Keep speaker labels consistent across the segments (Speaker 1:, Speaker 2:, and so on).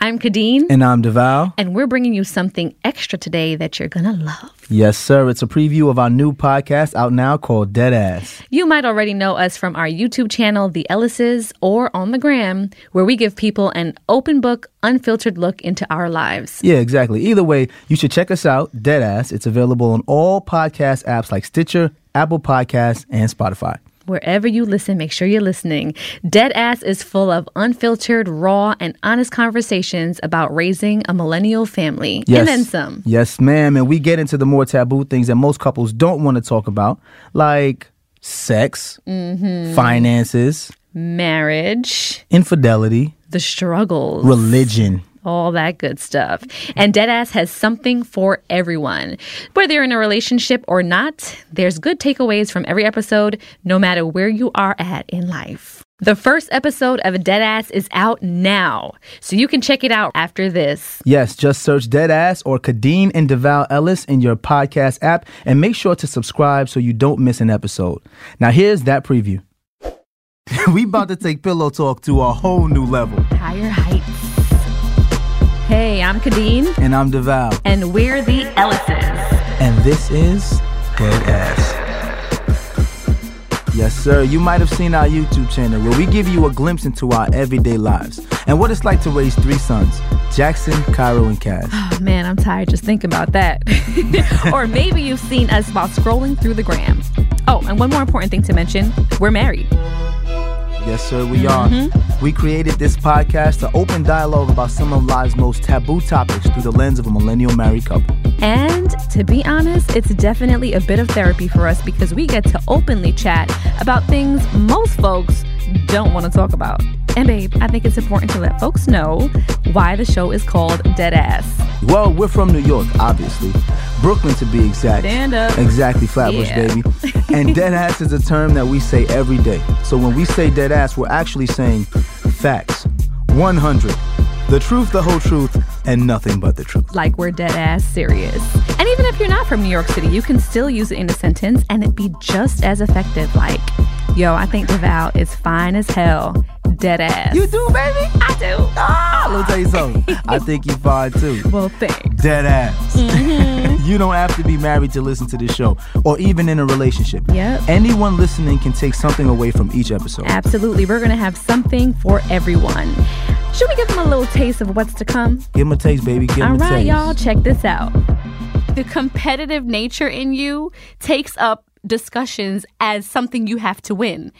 Speaker 1: I'm Kadeen,
Speaker 2: And I'm DeVal.
Speaker 1: and we're bringing you something extra today that you're going to love.
Speaker 2: Yes, sir. It's a preview of our new podcast out now called Dead Ass.
Speaker 1: You might already know us from our YouTube channel, The Ellises, or on the gram, where we give people an open book, unfiltered look into our lives.
Speaker 2: Yeah, exactly. Either way, you should check us out, Dead Ass. It's available on all podcast apps like Stitcher, Apple Podcasts, and Spotify.
Speaker 1: Wherever you listen, make sure you're listening. Deadass is full of unfiltered, raw, and honest conversations about raising a millennial family.
Speaker 2: Yes.
Speaker 1: And then some.
Speaker 2: Yes, ma'am. And we get into the more taboo things that most couples don't want to talk about, like sex, Mm-hmm. finances,
Speaker 1: Marriage,
Speaker 2: infidelity,
Speaker 1: the struggles.
Speaker 2: religion.
Speaker 1: all that good stuff. And Deadass has something for everyone. Whether you're in a relationship or not, there's good takeaways from every episode, no matter where you are at in life. The first episode of Deadass is out now, so you can check it out after this.
Speaker 2: Yes, just search Deadass or Kadeen and Deval Ellis in your podcast app and make sure to subscribe so you don't miss an episode. Now here's that preview. we about to take pillow talk to a whole new level.
Speaker 1: Higher Heights. Hey, I'm Kadeen,
Speaker 2: And I'm Deval.
Speaker 1: and we're the Ellises.
Speaker 2: And this is Deadass. Yes, sir. You might have seen our YouTube channel where we give you a glimpse into our everyday lives and what it's like to raise three sons, Jackson, Cairo, and Cass.
Speaker 1: Oh man, I'm tired just thinking about that. or maybe you've seen us while scrolling through the gram. Oh, and one more important thing to mention we're married.
Speaker 2: Yes, sir, we are. We created this podcast to open dialogue about some of life's most taboo topics through the lens of a millennial married couple.
Speaker 1: And to be honest, it's definitely a bit of therapy for us because we get to openly chat about things most folks don't want to talk about. And babe, I think it's important to let folks know why the show is called Dead Ass.
Speaker 2: Well, we're from New York, obviously. Brooklyn, to be exact.
Speaker 1: Stand up.
Speaker 2: Exactly, Flatbush,
Speaker 1: Yeah.
Speaker 2: baby. And dead ass is a term that we say every day. So when we say dead ass, we're actually saying facts 100. The truth, the whole truth, and nothing but the truth.
Speaker 1: Like we're dead ass serious. And even if you're not from New York City, you can still use it in a sentence and it'd be just as effective. Like, yo, I think DeVal is fine as hell. Dead ass.
Speaker 2: You do, baby?
Speaker 1: I do.
Speaker 2: Ah, let me tell you something. I think you fine too.
Speaker 1: Well, thanks.
Speaker 2: Dead ass.
Speaker 1: Mm-hmm.
Speaker 2: you don't have to be married to listen to this show or even in a relationship.
Speaker 1: Yep.
Speaker 2: Anyone listening can take something away from each episode.
Speaker 1: Absolutely. We're going to have something for everyone. Should we give them a little taste of what's to come?
Speaker 2: Give them a taste, baby. Give
Speaker 1: All
Speaker 2: them a
Speaker 1: right,
Speaker 2: taste.
Speaker 1: y'all, check this out. The competitive nature in you takes up discussions as something you have to win.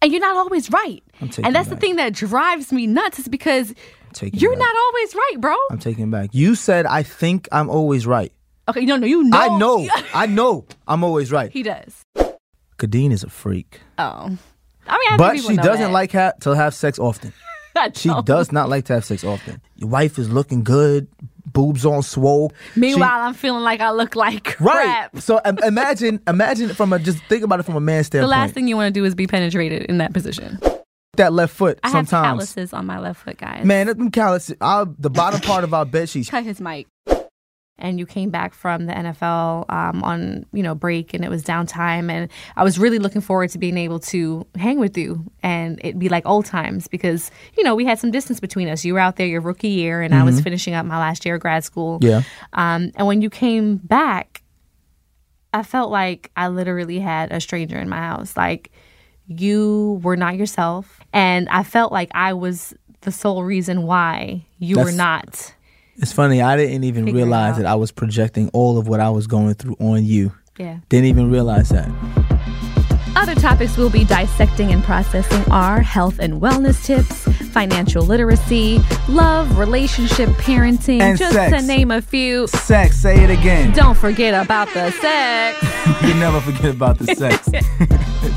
Speaker 1: And you're not always right.
Speaker 2: taking
Speaker 1: And that's the
Speaker 2: back.
Speaker 1: thing that drives me nuts is because
Speaker 2: taking
Speaker 1: you're
Speaker 2: back.
Speaker 1: not always right, bro.
Speaker 2: I'm taking it back. You said I think I'm always right.
Speaker 1: Okay, no, no, you know.
Speaker 2: I know. I know. I'm always right.
Speaker 1: he does.
Speaker 2: Kadeen is a freak,
Speaker 1: Oh. I mean, I think
Speaker 2: but
Speaker 1: people
Speaker 2: she
Speaker 1: know
Speaker 2: doesn't
Speaker 1: that. Oh.
Speaker 2: like ha- to have sex often.
Speaker 1: I
Speaker 2: She
Speaker 1: don't.
Speaker 2: does not like to have sex often. Your wife is looking good, boobs on swole. She-
Speaker 1: Meanwhile, I'm feeling like I look like
Speaker 2: right?
Speaker 1: crap.
Speaker 2: So um, imagine, imagine from a just think about it from a man's
Speaker 1: The
Speaker 2: standpoint.
Speaker 1: last thing you want to do is be penetrated in that position.
Speaker 2: that left foot
Speaker 1: I have
Speaker 2: sometimes.
Speaker 1: calluses on my left foot, guys.
Speaker 2: Man, them calluses. Our, the bottom part of our bed sheets.
Speaker 1: Cut his mic. And you came back from the NFL um, on you know break, and it was downtime, and I was really looking forward to being able to hang with you, and it'd be like old times because you know we had some distance between us. You were out there your rookie year, and I was finishing up my last year of grad school.
Speaker 2: Mm-hmm. Yeah.
Speaker 1: Um, and when you came back, I felt like I literally had a stranger in my house. Like you were not yourself, and I felt like I was the sole reason why you were
Speaker 2: That's-
Speaker 1: not.
Speaker 2: It's funny. I didn't even
Speaker 1: Figure it
Speaker 2: realize
Speaker 1: out.
Speaker 2: that I was projecting all of what I was going through on you.
Speaker 1: Yeah.
Speaker 2: Didn't even realize that.
Speaker 1: Other topics we'll be dissecting and processing are health and wellness tips, financial literacy, love, relationship, parenting,
Speaker 2: And
Speaker 1: just
Speaker 2: sex.
Speaker 1: to name a few.
Speaker 2: Sex. Say it again.
Speaker 1: Don't forget about the sex.
Speaker 2: You never forget about the sex.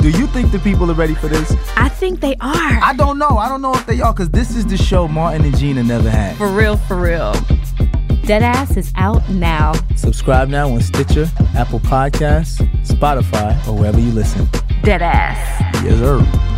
Speaker 2: Do you think the people are ready for this?
Speaker 1: I think they are.
Speaker 2: I don't know. I don't know if they are, because this is the show Martin and Gina never had.
Speaker 1: For real, for real. Deadass is out now.
Speaker 2: Subscribe now on Stitcher, Apple Podcasts, Spotify, or wherever you listen.
Speaker 1: Deadass.
Speaker 2: Yes, sir.